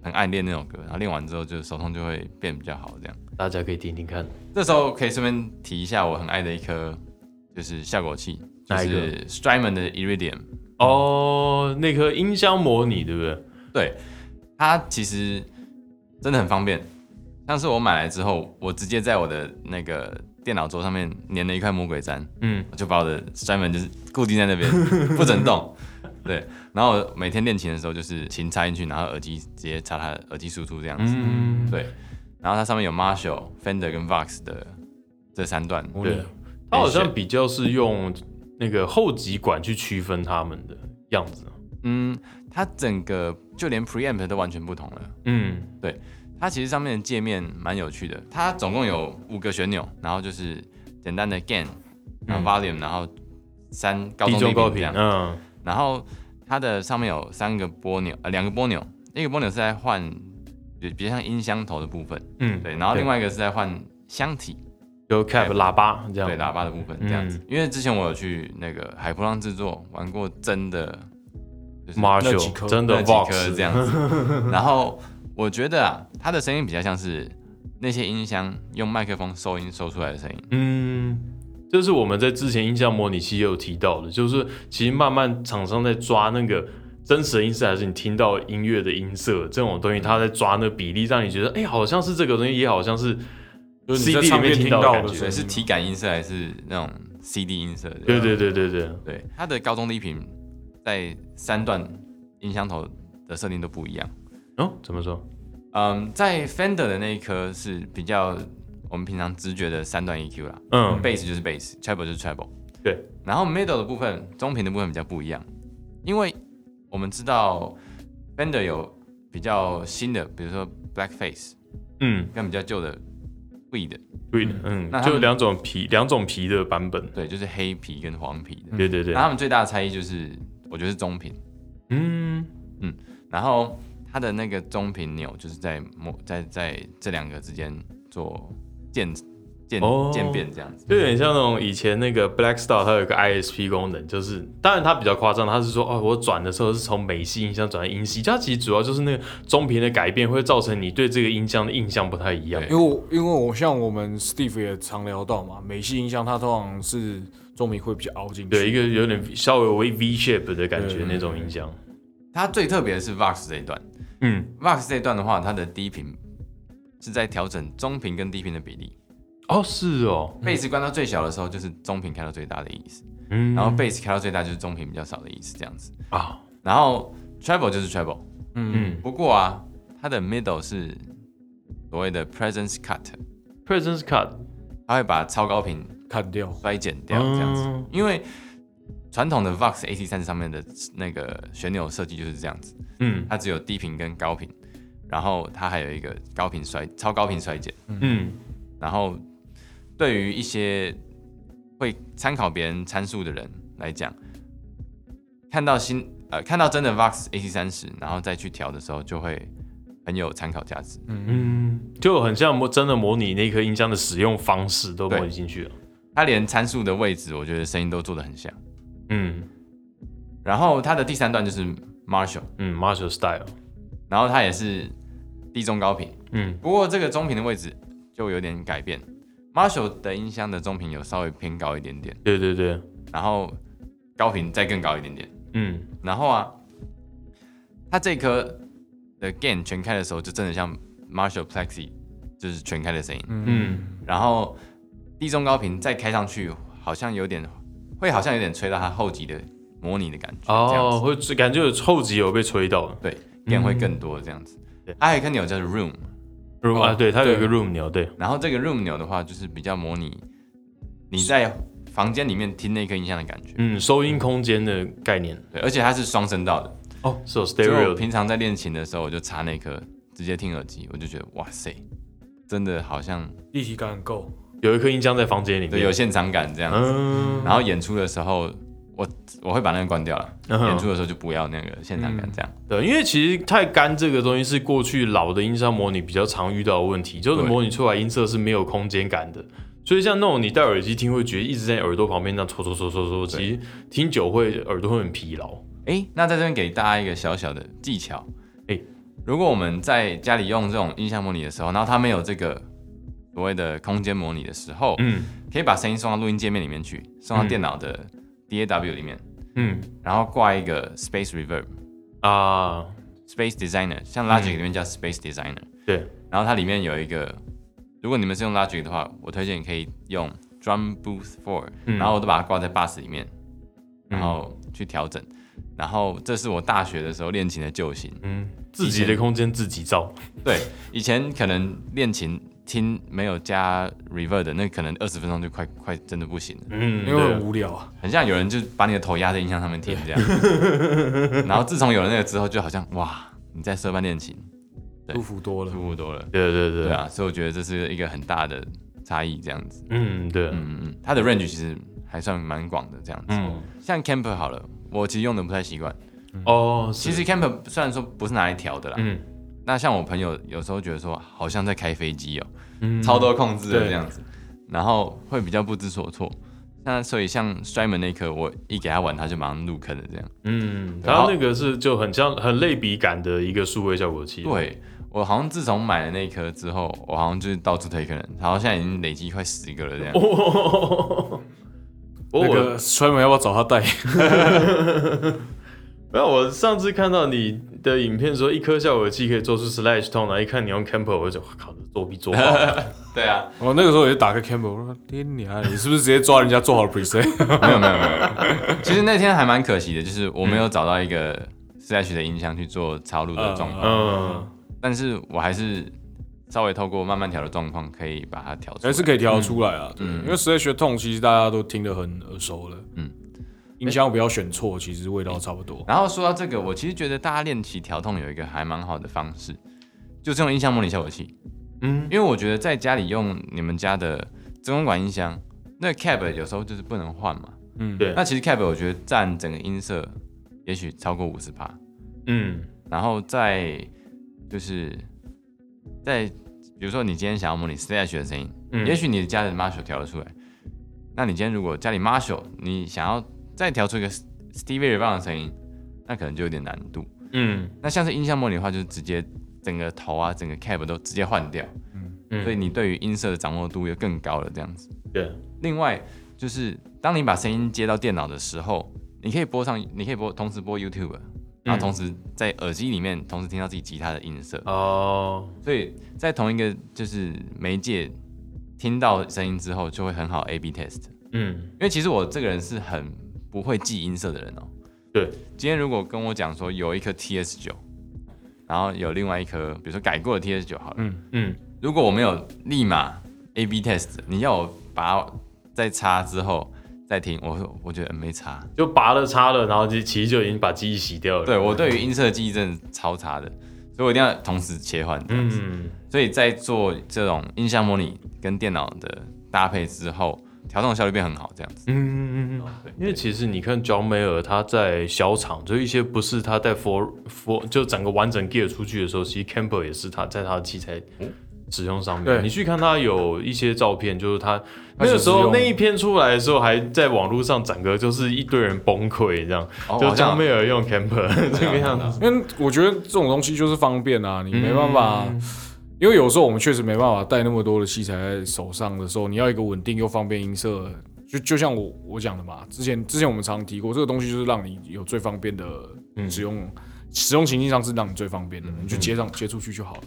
很爱练那首歌，然后练完之后就手痛就会变比较好这样。大家可以听听看，这时候可以顺便提一下我很爱的一颗就是效果器，就哪一个是 Strymon 的 Iridium。哦，那颗音箱模拟对不对？对，它其实真的很方便。像是我买来之后，我直接在我的那个电脑桌上面粘了一块魔鬼毡，嗯，我就把我的专门就是固定在那边，不 准动。对，然后我每天练琴的时候，就是琴插进去，然后耳机直接插它的耳机输出这样子。嗯，对，然后它上面有 Marshall、Fender 跟 Vox 的这三段。对，它好像比较是用那个后级管去区分它们的样子。嗯，它整个就连 Preamp 都完全不同了。嗯它其实上面的界面蛮有趣的，它总共有五个旋钮，然后就是简单的 gain，然后 volume，、然后三高嗯低中中高频频这，样，嗯然后它的上面有三个波钮，呃，两个波钮，一个波钮是在换，比比较像音箱头的部分，嗯，对，然后另外一个是在换箱体，有 cap 喇叭这样，嗯对，喇叭的部分这样子。因为之前我有去那个海波浪制作玩过真的，就是那几颗 Marshall 真那的几颗 Vox 这样子。 然后我觉得啊，它的声音比较像是那些音箱用麦克风收音收出来的声音。嗯，这是我们在之前音像模拟器也有提到的，就是其实慢慢厂商在抓那个真实的音色，还是你听到音乐的音色这种东西，他在抓那比例，让你觉得哎、好像是这个东西，也好像是就是你在 CD 唱里面片听听到的到感的觉声对，音，是体感音色还是那种 CD 音色？对对对对对，对，它的高中低频在三段音箱头的设定都不一样。哦，怎么说？嗯，在 Fender 的那一颗是比较我们平常直觉的三段 EQ 啦，嗯 bass 就是 bass，treble 就是 treble。对，然后 middle 的部分，中频的部分比较不一样，因为我们知道 Fender 有比较新的，比如说 Blackface，嗯，跟比较旧的 Weed，对的，嗯那，他们就两种皮两种皮的版本，对，就是黑皮跟黄皮的。对对嗯对嗯那，他们最大的差异就是，我觉得是中频，嗯然后它的那个中频钮就是在模在在这两个之间做渐渐哦渐变这样子。就有点像那种以前那个 Black Star，它有一个 ISP 功能，就是当然它比较夸张，它是说哦，我转的时候是从美系音箱转到英系，它其实主要就是那个中频的改变会造成你对这个音箱的印象不太一样。对因为我因为我像我们 Steve 也常聊到嘛，美系音箱它通常是中频会比较凹进去，对，一个有点稍微微 V shape 的感觉对那种音箱。它最特别的是 Vox 这一段嗯， ，Vox 这一段的话，它的低频是在调整中频跟低频的比例。哦，是哦，贝斯关到最小的时候，就是中频开到最大的意思；嗯，然后贝斯开到最大，就是中频比较少的意思，这样子。啊，然后 treble 就是 treble，嗯不过啊，它的 middle 是所谓的 presence cut， ，Presence Cut 它会把超高频砍掉，衰减掉，这样子。嗯因为传统的 Vox AC 三十上面的那个旋钮设计就是这样子，嗯它只有低频跟高频，然后它还有一个高频衰超高频衰减。嗯然后对于一些会参考别人参数的人来讲，看到新呃看到真的 Vox AC 三十，然后再去调的时候，就会很有参考价值。嗯，就很像模真的模拟那颗音箱的使用方式都模拟进去了。它连参数的位置，我觉得声音都做得很像。嗯然后它的第三段就是 Marshall，嗯，Marshall Style，然后它也是低中高频，嗯不过这个中频的位置就有点改变。Marshall 的音箱的中频有稍微偏高一点点，对对对，然后高频再更高一点点。嗯。然后啊，它这颗的 gain 全开的时候，就真的像 Marshall Plexi 就是全开的声音。嗯，然后低中高频再开上去，好像有点会好像有点吹到它后级的模拟的感觉，这样哦，子会感觉有后级有被吹到了对，电会更多这样子对。它还有一个钮叫做 room，哦，room 啊，对，它有一个对 room 钮，对，然后这个 room 钮的话，就是比较模拟你在房间里面听那个音箱的感觉，嗯，收音空间的概念，对，而且它是双声道的。哦，是有所以 stereo 我的，平常在练琴的时候，我就插那颗直接听耳机，我就觉得哇塞，真的好像立体感很够。有一颗音箱在房间里对面，有现场感这样子。嗯，然后演出的时候，我我会把那个关掉了，嗯哼嗯演出的时候就不要那个现场感这样。对，因为其实太干这个东西是过去老的音箱模拟比较常遇到的问题，就是对模拟出来音色是没有空间感的。所以像那种你戴耳机听，会觉得一直在耳朵旁边那样戳戳戳戳戳，其实听久会耳朵会很疲劳。诶，那在这边给大家一个小小的技巧，诶如果我们在家里用这种音箱模拟的时候，然后它没有这个所谓的空间模拟的时候，嗯可以把声音送到录音界面里面去，送到嗯电脑的 DAW 里面，嗯然后挂一个 Space Reverb。啊， Space Designer，像 Logic 里面叫 Space Designer，、嗯对，然后它里面有一个，如果你们是用 Logic 的话，我推荐你可以用 Drum Booth Four，、嗯然后我都把它挂在 Bass 里面，嗯然后去调整。然后这是我大学的时候练琴的救星。嗯，自己的空间自己造。对，以前可能练琴听没有加 Reverb 的，那可能二十分钟就快快真的不行了，嗯，因为对很，无聊啊。很像有人就把你的头压在音箱上面听这样。 然后自从有了那个之后，就好像哇，你在社办练琴对舒服多了舒。服多了。对对对对，啊，所以我觉得这是一个很大的差异，这样子。嗯对，嗯嗯，它的 range 其实还算蛮广的，这样子。嗯像 Camper 好了，我其实用的不太习惯。哦，其其实实 Camper 虽然说不是拿来调的啦，嗯那像我朋友有时候觉得说好像在开飞机哦、嗯超多控制的对这样子，然后会比较不知所措。那所以像摔门那一刻，我一给他玩，他就马上入坑了，这样。嗯，对然后好那个是就很像很类比感的一个数位效果器。，对我好像自从买了那一颗之后，我好像就是到处推客人，然后现在已经累积快十个了这样。 哦，我那我个摔门要不要找他代言？没有，我上次看到你的影片说一颗效果器可以做出 slash tone 来，一看你用 Camper，我就我靠，这作弊 做爆了对啊，我哦那个时候也打开 Campbell，我说：“天你啊，你是不是直接抓人家做好的 preset？” 没有没有没有。 其实那天还蛮可惜的，就是我没有找到一个 Slash 的音箱去做超录啊的状况，嗯，但是我还是稍微透过慢慢调的状况，可以把它调出还来。是可以调得出来啊。对，嗯因为 Slash 的痛其实大家都听得很耳熟了。嗯嗯，音箱不要选错，其实味道差不多。然后说到这个，我其实觉得大家练习调痛有一个还蛮好的方式，就是用音箱模拟效果器。嗯，因为我觉得在家里用你们家的真空管音箱，那 cab 有时候就是不能换嘛。嗯，对那其实 cab 我觉得占整个音色也许超过五十帕。嗯然后再就是在比如说你今天想要模拟 slash 的声音，嗯，也许你的家里 Marshall 调得出来，那你今天如果家里 Marshall 你想要再调出一个 Stevie Ray Vaughan 的声音，那可能就有点难度。嗯那像是音箱模拟的话，就是直接整个头啊，整个 cab 都直接换掉，嗯，所以你对于音色的掌握度又更高了这样子。对，另外就是当你把声音接到电脑的时候，你可以播上，你可以播同时播 YouTube，嗯然后同时在耳机里面同时听到自己吉他的音色，哦，所以在同一个就是媒介听到声音之后，就会很好 A/B test。嗯因为其实我这个人是很不会记音色的人哦。对，今天如果跟我讲说有一颗 TS 九，然后有另外一颗，比如说改过的 TS 九好了，嗯如果我没有立马 A/B test，你要我把它再插之后再听，我我觉得嗯没差。就拔了插了，然后就其实就已经把记忆洗掉了。对我对于音色记忆真的超差的，所以我一定要同时切换。嗯，嗯所以在做这种音箱模拟跟电脑的搭配之后，调动效率变很好，这样 子。嗯嗯嗯嗯。因为其实你看 John Mayer 他在小厂，就一些不是他在 for for 就整个完整 gear 出去的时候，其实 Camper 也是他在他的器材使用上面。嗯对你去看他有一些照片，就是他他那个只是时候用那一篇出来的时候，还在网络上整个就是一堆人崩溃这样，哦就好像 John Mayer 用 Camper 这个样子。因为我觉得这种东西就是方便啊，你没办法，因为有时候我们确实没办法带那么多的器材在手上的时候，你要一个稳定又方便音色，就就像我我讲的嘛，之前之前我们常提过，这个东西就是让你有最方便的使用，使用情境上是让你最方便的，你就接上接出去就好了。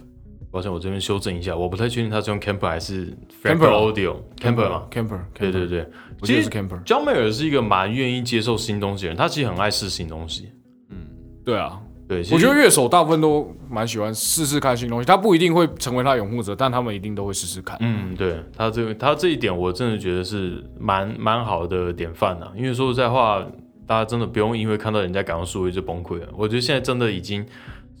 抱歉，我这边修正一下，我不太确定他是用 Camper 还是 Camper 啊 Audio Camper 嘛？ ，Camper，对对，对，我记其得实是 Camper，江美尔是一个蛮愿意接受新东西的人，他其实很爱试新东西。嗯，对啊，对，其实我觉得乐手大部分都蛮喜欢试试看新东西，他不一定会成为他拥护者，但他们一定都会试试看。嗯，对他这个他这一点，我真的觉得是蛮蛮好的典范呐、因为说实在话，大家真的不用因为看到人家赶上数位就崩溃了。我觉得现在真的已经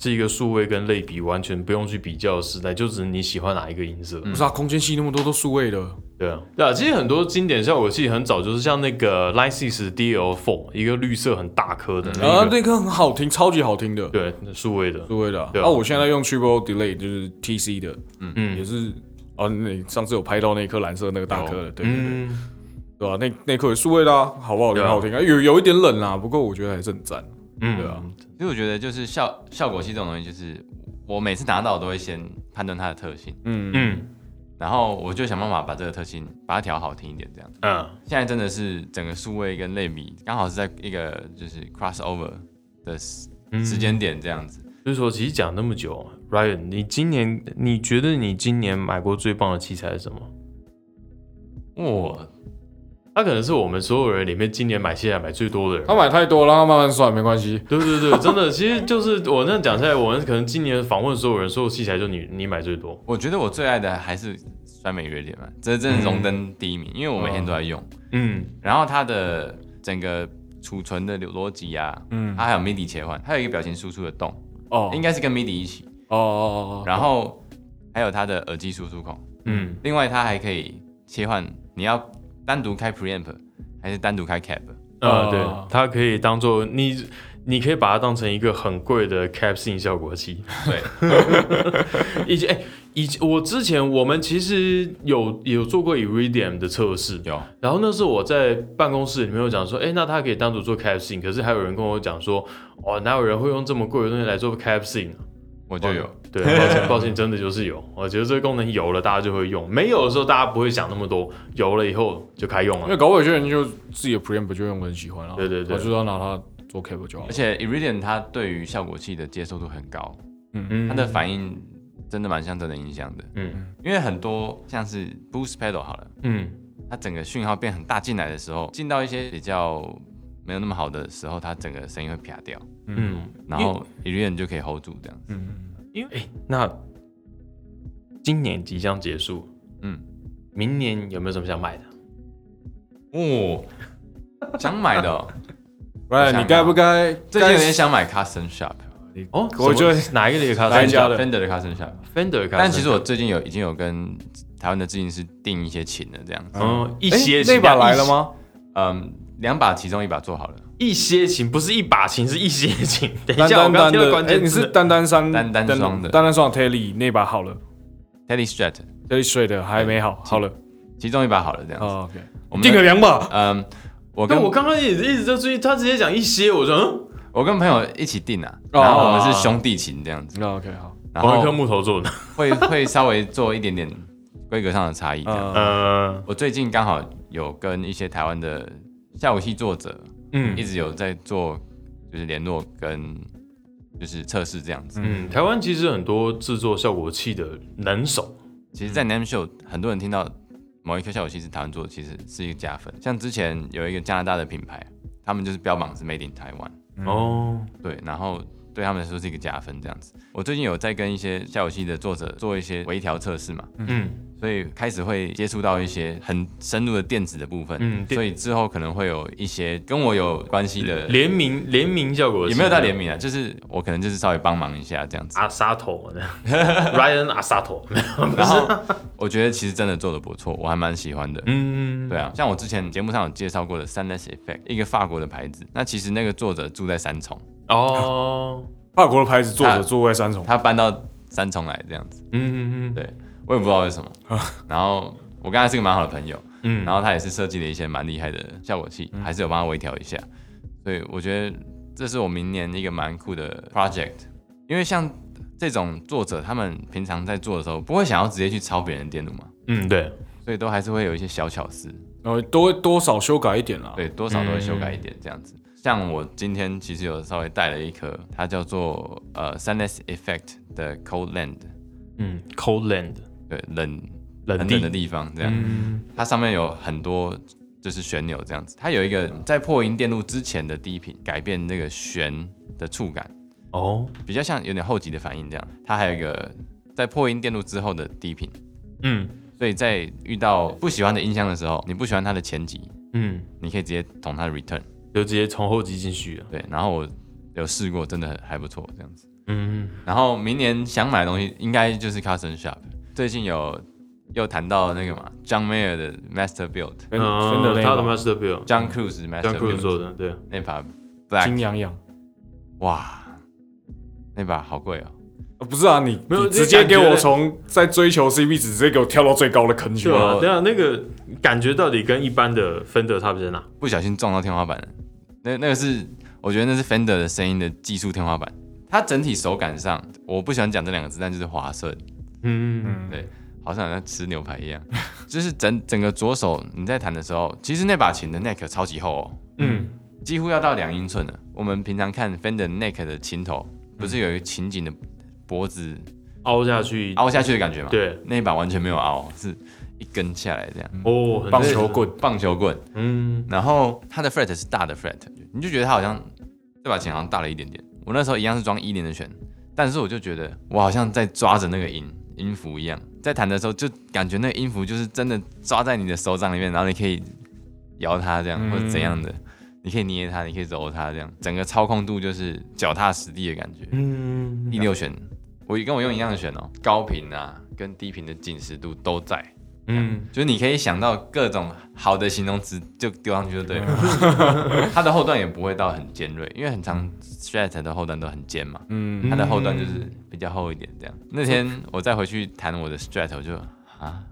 是一个数位跟类比完全不用去比较的时代，就只是你喜欢哪一个音色。不是啊，空间系那么多都数位的，对啊，对啊，其实很多经典效果器很早就是像那个 Lysys DL Four，一个绿色很大颗的啊那，个，那个很好听，超级好听的，对，数位的，数位的啊。对啊啊，我现在用 Triple Delay 就是 TC 的，也嗯是啊，那上次有拍到那颗蓝色的那个大颗的，对对对，嗯。对吧？那那颗也数位的啊，好不好听？对啊好听啊，有有一点冷啦，不过我觉得还是很赞。嗯，对啊，其实我觉得就是效效果器这种东西，就是我每次拿到我都会先判断它的特性，嗯，嗯然后我就想办法把这个特性把它调好听一点，这样。嗯现在真的是整个数位跟类比刚好是在一个就是 crossover 的时嗯，时间点这样子。所以说，其实讲那么久，Ryan，你今年你觉得你今年买过最棒的器材是什么？哇，他可能是我们所有人里面今年买器材买最多的人他。买太多了，让他慢慢算，没关系。对对 对，真的，其实就是我那样讲下来，我们可能今年访问所有人，所有器材就你你买最多。我觉得我最爱的还是酸美瑞典嘛，啊这真的荣登第一名，因为我每天都在用。嗯然后它的整个储存的逻辑啊，嗯，它还有 MIDI 切换，它有一个表情输出的洞，哦，应该是跟 MIDI 一起。哦哦哦哦，然后还有它的耳机输出孔，嗯另外它还可以切换，你要单独开 preamp 还是单独开 cap？啊、哦对，它可以当做你，你可以把它当成一个很贵的 capsing 效果器。对， 以前哎、以前我之前我们其实有有做过 Iridium 的测试，有，然后那时候我在办公室里面有讲说，哎，那它可以单独做 capsing，可是还有人跟我讲说，哦，哪有人会用这么贵的东西来做 capsing？啊我就有。对，抱歉，抱歉，真的就是有。我觉得这个功能有了，大家就会用；没有的时候，大家不会想那么多，有了以后就开用因为了。搞不好有些人就自己的 preamp 就用我很喜欢了，啊对对对我就是要拿它做 cable 就好而。且 Iridium 它对于效果器的接受度很高，嗯，它的反应真的蛮像真的音箱的。嗯因为很多像是 Boost Pedal 好了，嗯它整个讯号变很大进来的时候，进到一些比较没有那么好的时候，它整个声音会啪掉，嗯，然后 Iridium 就可以 hold 住这样。嗯，因为哎，那今年即将结束，嗯，明年有没有什么想买的？哦，想买的哦、喂，你该不该？最近有点想买 Custom Shop 哦，我什么哪一个的卡哪一家的 Fender 的 Custom Shop， Fender 嗯卡？但其实我最近有已经有跟台湾的制音师订一些琴了这样子。嗯，一一些哎那把来了吗？吗？嗯，两把其中一把做好了，一些琴，不是一把琴，是一些琴。等一单下，我单刚刚单听到的，关哎，键你是字，单单双单单双的单单双 Telly 那把好了 Teddy Strat， ，Telly 睡的还没好，好了其中一把好了这样子。哦，OK，我们定了两把，嗯，我但跟我我刚刚也一直在注意，他直接讲一些，我说嗯，跟朋友一起订啊，哦然后我们是兄弟琴这样嗯子，那哦 OK 好，然后木头做的。会会稍微做一点点规格上的差异这样。呃，呃，我最近刚好有跟一些台湾的下午系作者一嗯直有在做，就是联络跟就是测试这样子。嗯，台湾其实很多制作效果器的能手，其嗯实，在 Name Show 很多人听到某一颗效果器是台湾做的，其实是一个加分。像之前有一个加拿大的品牌，他们就是标榜是 Made in 台湾，哦，对，然后对他们来说是一个加分这样子。我最近有在跟一些效果器的作者做一些微调测试嘛，嗯所以开始会接触到一些很深入的电子的部分，嗯电所以之后可能会有一些跟我有关系的，联名联名效果器也没有到联名啊，就是我可能就是稍微帮忙一下这样子。阿萨头 ，Ryan 阿萨头，然后我觉得其实真的做的不错，我还蛮喜欢的。嗯，对啊，像我之前节目上有介绍过的 Sunless Effect，一个法国的牌子。那其实那个作者住在三重，哦，法国的牌子坐他啊着坐在三重，他搬到三重来这样子。嗯嗯对我也不知道 为什么。然后我跟他是个蛮好的朋友，嗯然后他也是设计了一些蛮厉害的效果器，还是有帮他微调一下。所以我觉得这是我明年一个蛮酷的 project，因为像这种作者他们平常在做的时候，不会想要直接去抄别人的电路嘛，嗯，对，所以都还是会有一些小巧思。然后哦多多少修改一点啦，对，多少都会修嗯改一点这样子。像我今天其实有稍微带了一颗，它叫做呃 Sunless Effect 的 Cold Land，嗯，cold land 对，冷冷很地冷的地方这样。嗯它上面有很多就是旋钮这样子，它有一个在破音电路之前的低频，改变那个弦的触感，哦，比较像有点后级的反应这样。它还有一个在破音电路之后的低频，嗯所以在遇到不喜欢的音箱的时候，你不喜欢它的前级，嗯，你可以直接捅它的 return。就直接从后级进去了。对，然后我有试过，真的很还不错这样子。嗯然后明年想买的东西应该就是 Custom Shop，最近有又谈到那个嘛，John Mayer 的 Master Build。真的啊嗯累他的吗 master build， John Cruise John 的 Master Cruz Build 做的，对，那把 Black 心痒痒。哇，那把好贵哦！呃不是啊，你没有你就直接感觉给我从在追求 CP 值，直接给我跳到最高的坑去对了。啊，对啊，那个感觉到底跟一般的 Fender 差别在哪？不小心撞到天花板了。那那个是，我觉得那是 Fender 的声音的技术天花板。它整体手感上，我不喜欢讲这两个字，但就是滑顺，嗯，嗯，对好像好像吃牛排一样。 就是整整个左手你在弹的时候，其实那把琴的 neck 超级厚哦，嗯，几乎要到两英寸了。我们平常看 Fender neck 的琴头，不是有一个琴颈的脖子凹下去，凹下去的感觉吗？，对，那一把完全没有凹，是一根下来这样。哦，很棒球累，棍棒球棍，嗯然后它的 fret 是大的 fret，你就觉得它好像这把琴好像大了一点点。我那时候一样是装一连的弦，但是我就觉得我好像在抓着那个音音符一样，在弹的时候就感觉那个音符就是真的抓在你的手掌里面，然后你可以摇它这样、嗯或者怎样的，你可以捏它，你可以揉它这样，整个操控度就是脚踏实地的感觉。嗯第六弦，我跟我用一样的弦哦，高频啊跟低频的紧实度都在。嗯，就是你可以想到各种好的形容词就丢上去就对了。它的后段也不会到很尖锐，因为很长 strat 的后段都很尖嘛，嗯，它的后段就是比较厚一点这样。那天我再回去弹我的 strat，我就啊，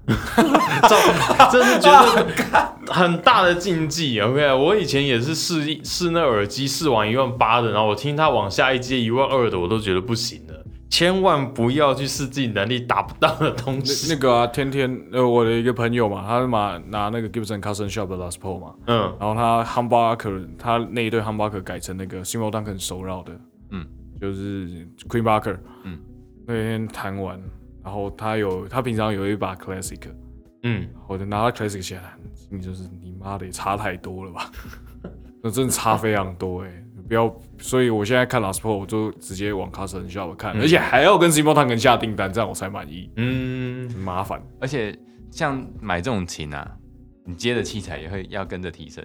真是觉得很大的禁忌。OK，我以前也是试一试那耳机，试完一万八的，然后我听它往下一阶一万二的，我都觉得不行了。千万不要去试自己能力达不到的东那西。那个啊，天天呃，我的一个朋友嘛，他嘛拿那个 Gibson Custom Shop 的 Les Paul 嘛，嗯，然后他 humbucker 他那一对 humbucker 改成那个 Simon Duncan 手绕的，嗯，就是 Queen Barker，嗯，那天弹完，然后他有他平常有一把 Classic，嗯，我就拿他 Classic 起来弹，心里就是你妈的也差太多了吧， 那真的差非常多哎、不要，所以我现在看 Les Paul 我就直接往 Custom Shop 看，嗯而且还要跟 Simon Duncan 下订单，这样我才满意，嗯，很麻烦。而且像买这种琴啊，你接的器材也会要跟着提升，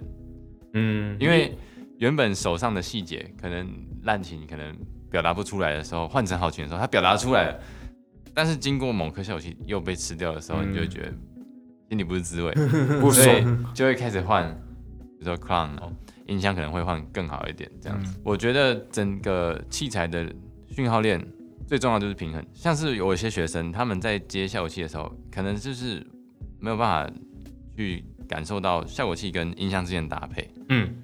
嗯，因为原本手上的细节可能烂琴可能表达不出来的时候，换成好琴的时候，它表达出来了，但是经过某颗小琴又被吃掉的时候，嗯你就会觉得心里不是滋味，不所以爽。就会开始换，比如说 clown，哦音箱可能会换更好一点这样子。嗯我觉得整个器材的讯号链最重要就是平衡，像是有一些学生他们在接效果器的时候，可能就是没有办法去感受到效果器跟音箱之间的搭配。嗯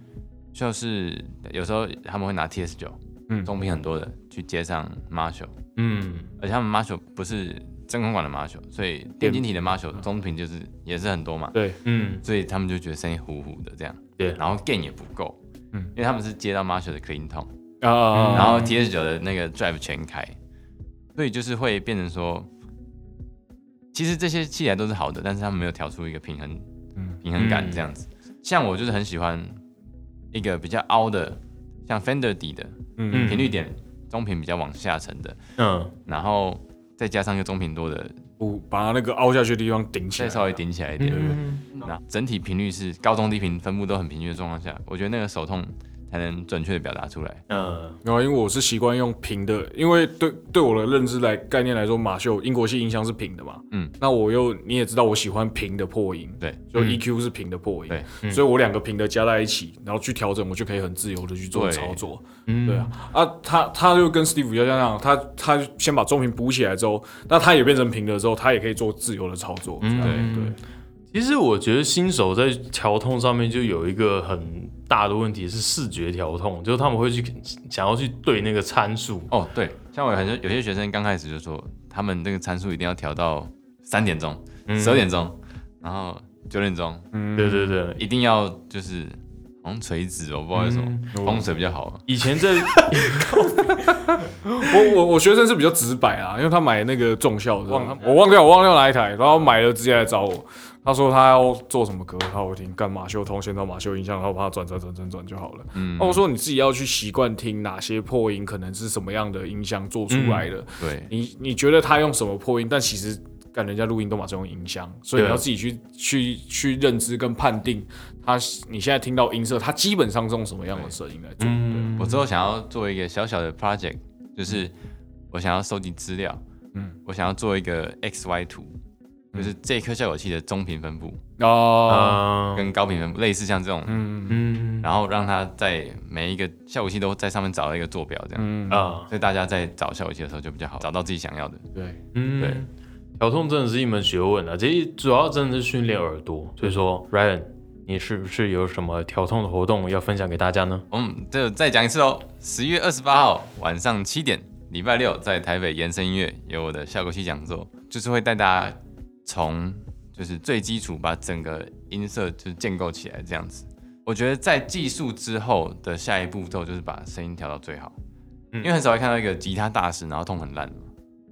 就是有时候他们会拿 TS 九，嗯中频很多的去接上 Marshall，嗯而且他们 Marshall 不是真空管的 Marshall，所以电晶体的 Marshall 中频就是也是很多嘛，嗯对，嗯，所以他们就觉得声音糊糊的这样。对然后 gain 也不够，嗯因为他们是接到 Marshall 的 clean tone，、啊，然后 TS 九的那个 drive 全开，所以就是会变成说，其实这些器材都是好的，但是他们没有调出一个平衡嗯平衡感嗯这样子。像我就是很喜欢一个比较凹的，像 Fender 底的嗯频率点，中频比较往下沉的，嗯然后再加上一个中频多的，不把那个凹下去的地方顶起再来，稍微顶起来一点。那整体频率是高中低频分布都很平均的状况下，我觉得那个手痛才能准确的表达出来。嗯然后因为我是习惯用平的，因为对对我的认知来概念来说，马秀英国系音箱是平的嘛，嗯，那我又你也知道我喜欢平的破音，对，嗯就 EQ 是平的破音对，嗯所以我两个平的加在一起，然后去调整，我就可以很自由的去做对操作，嗯，对啊，，啊，他他就跟 Steve 比较像，他他先把中频补起来之后，那他也变成平的之后，他也可以做自由的操作，嗯这样对对，其实我觉得新手在调痛上面就有一个很大的问题是视觉调痛，就是他们会去想要去对那个参数，哦，对，像我很多有些学生刚开始就说，他们这个参数一定要调到三点钟、十二点钟，然后九点钟，嗯对对对，一定要就是好像垂直哦，不知道为什么、嗯风水比较好。啊以前在我我我学生是比较直白啊，因为他买那个重校的，我忘掉我忘掉哪一台，然后买了直接来找我，他说他要做什么歌，然后我听干马修通，先找马修音箱，然后把它转转转转转就好了。嗯那、，我说你自己要去习惯听哪些破音，可能是什么样的音箱做出来的，嗯对，你你觉得他用什么破音，但其实干人家录音都马上用音箱，所以对你要自己去去去认知跟判定他你现在听到音色，他基本上是用什么样的声音来做。嗯， 我之后想要做一个小小的 project，就是我想要收集资料，嗯嗯，我想要做一个 X Y 图，就是这颗效果器的中频分布哦，啊，跟高频分布，类似像这种，嗯嗯然后让它在每一个效果器都在上面找到一个坐标，这样，嗯，啊，所以大家在找效果器的时候就比较好找到自己想要的。对，嗯，对，调痛真的是一门学问啊，这主要真的是训练耳朵。所以说，Ryan，你是不是有什么调痛的活动要分享给大家呢？嗯，这再讲一次哦，十月二十八号晚上七点，礼拜六在台北延伸音乐有我的效果器讲座，就是会带大家从就是最基础把整个音色就是建构起来这样子。我觉得在技术之后的下一步骤就是把声音调到最好，嗯因为很少会看到一个吉他大师然后痛很烂的嘛，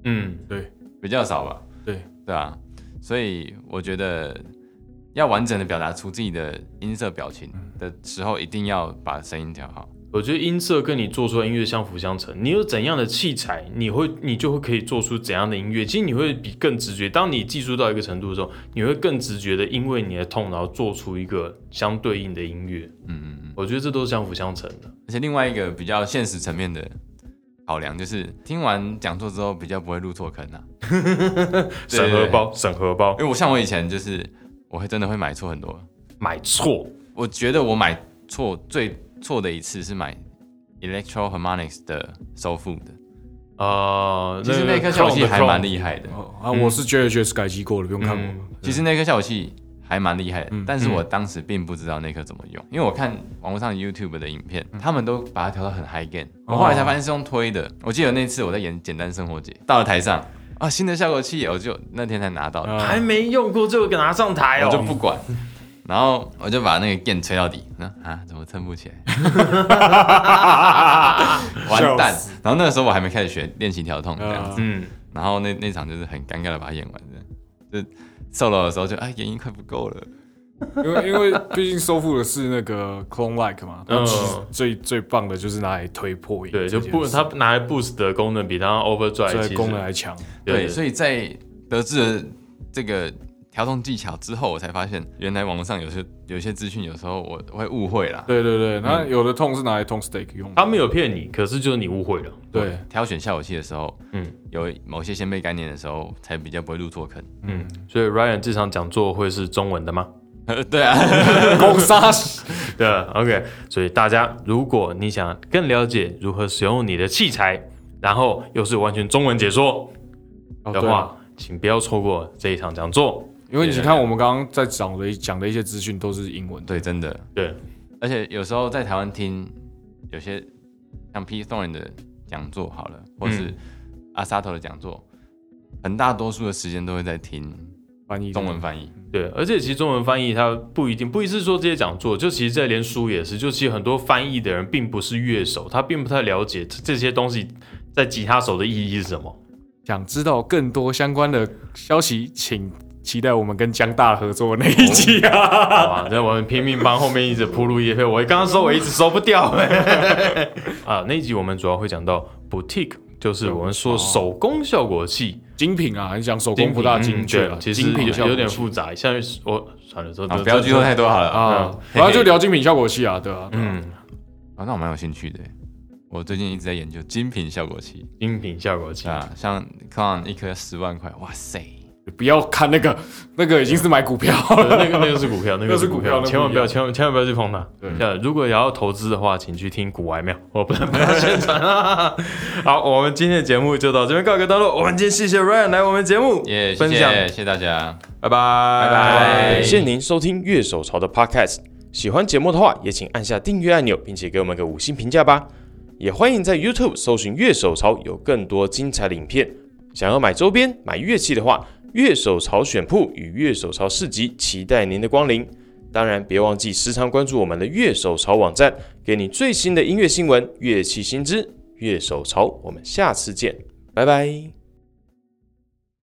嗯，比较少吧？对，对啊，所以我觉得要完整的表达出自己的音色表情的时候，一定要把声音调好。我觉得音色跟你做出来音乐相辅相成，你有怎样的器材，你会你就会可以做出怎样的音乐。其实你会比更直觉，当你技术到一个程度的时候，你会更直觉的，因为你的痛，然后做出一个相对应的音乐。嗯嗯嗯。我觉得这都是相辅相成的。而且另外一个比较现实层面的考量，就是听完讲座之后比较不会入错坑啊。对审核包，审核包因为我像我以前就是，我会真的会买错很多。买错，我觉得我买错最错的一次是买 Electro Harmonics 的收复的，啊，其实那颗效果器还蛮厉害的。哦啊，我是觉得觉得改机过了，不用看我。嗯其实那颗效果器还蛮厉害的，嗯但是我当时并不知道那颗怎么用，因为我看网络上 YouTube 的影片，嗯他们都把它调到很 high gain，我哦后来才发现是用推的。我记得那次我在演简单生活节，到了台上啊，新的效果器，我就那天才拿到的，啊还没用过就给拿上台我哦，就不管。然后我就把那个 gain 吹到底，那啊怎么撑不起来？完蛋！然后那个时候我还没开始学练习调痛这哦样子， 嗯，然后那那场就是很尴尬的把它演完的，就 solo 的时候就啊演音快不够了，因为因为毕竟收复的是那个 Clone Like 嘛，它嗯其实最最棒的就是拿来推破音这对，件就事，不它拿来 boost 的功能比它 overdrive 这其实功能还强。对，对，所以在得知了这个调动技巧之后，我才发现原来网络上有些有些资讯，有时候我会误会啦。对对嗯对，那有的痛是拿来痛 steak 用的。他没有骗你，可是就是你误会了。对，挑选效果器的时候，嗯嗯，有某些先辈概念的时候，才比较不会入错坑。 嗯，所以 Ryan 这场讲座会是中文的吗？对啊，攻杀对，OK。所以大家，如果你想更了解如何使用你的器材，然后又是完全中文解说的，哦话，请不要错过这一场讲座。对因为你看我们刚刚在讲的讲的一些资讯都是英文的。对，真的。对，而且有时候在台湾听有些像 P Thorn 的讲座好了，或是阿萨头的讲座，很大多数的时间都会在听翻译的中文翻译。对，而且其实中文翻译它不一定不一定是说这些讲座，就其实这连书也是，就其实很多翻译的人并不是乐手，他并不太了解这这些东西在吉他手的意义是 什么。想知道更多相关的消息，请期待我们跟江大合作的那一哦集啊！好吧，那我们拼命帮后面一直铺路叶配，我刚刚收我一直收不掉、 啊，那一集我们主要会讲到 boutique，就是我们说哦手工效果器，精品啊，你讲手工不大精确嗯啊，对其实精品效有果有点器复杂，像是我算了，这啊，这不要剧透太多好了啊。啊嗯，然后就聊精品效果器啊，对啊，对啊嗯，啊，那我蛮有兴趣的耶。我最近一直在研究精品效果器音频效果器，啊，像 Clown 一颗十万块，哇塞！不要看那个，那个已经是买股票对了。那个那个是股票，那那个是是股股票票，那不一样千万不要，千万千万不要去碰它。对呃，如果也要投资的话，请去听股癌庙， 我不能不要宣传啊。 好，我们今天的节目就到这边告一个段落。我们今天谢谢 Ryan 来我们节目耶、谢分享，谢谢谢大家。拜拜拜拜谢谢您收听乐手潮的 Podcast。喜欢节目的话，也请按下订阅按钮，并且给我们个五星评价吧。也欢迎在 YouTube 搜寻“乐手潮”，有更多精彩的影片。想要买周边、买乐器的话，乐手潮选铺与乐手潮市集期待您的光临。当然，别忘记时常关注我们的乐手潮网站，给你最新的音乐新闻、乐器新知。乐手潮，我们下次见，拜拜。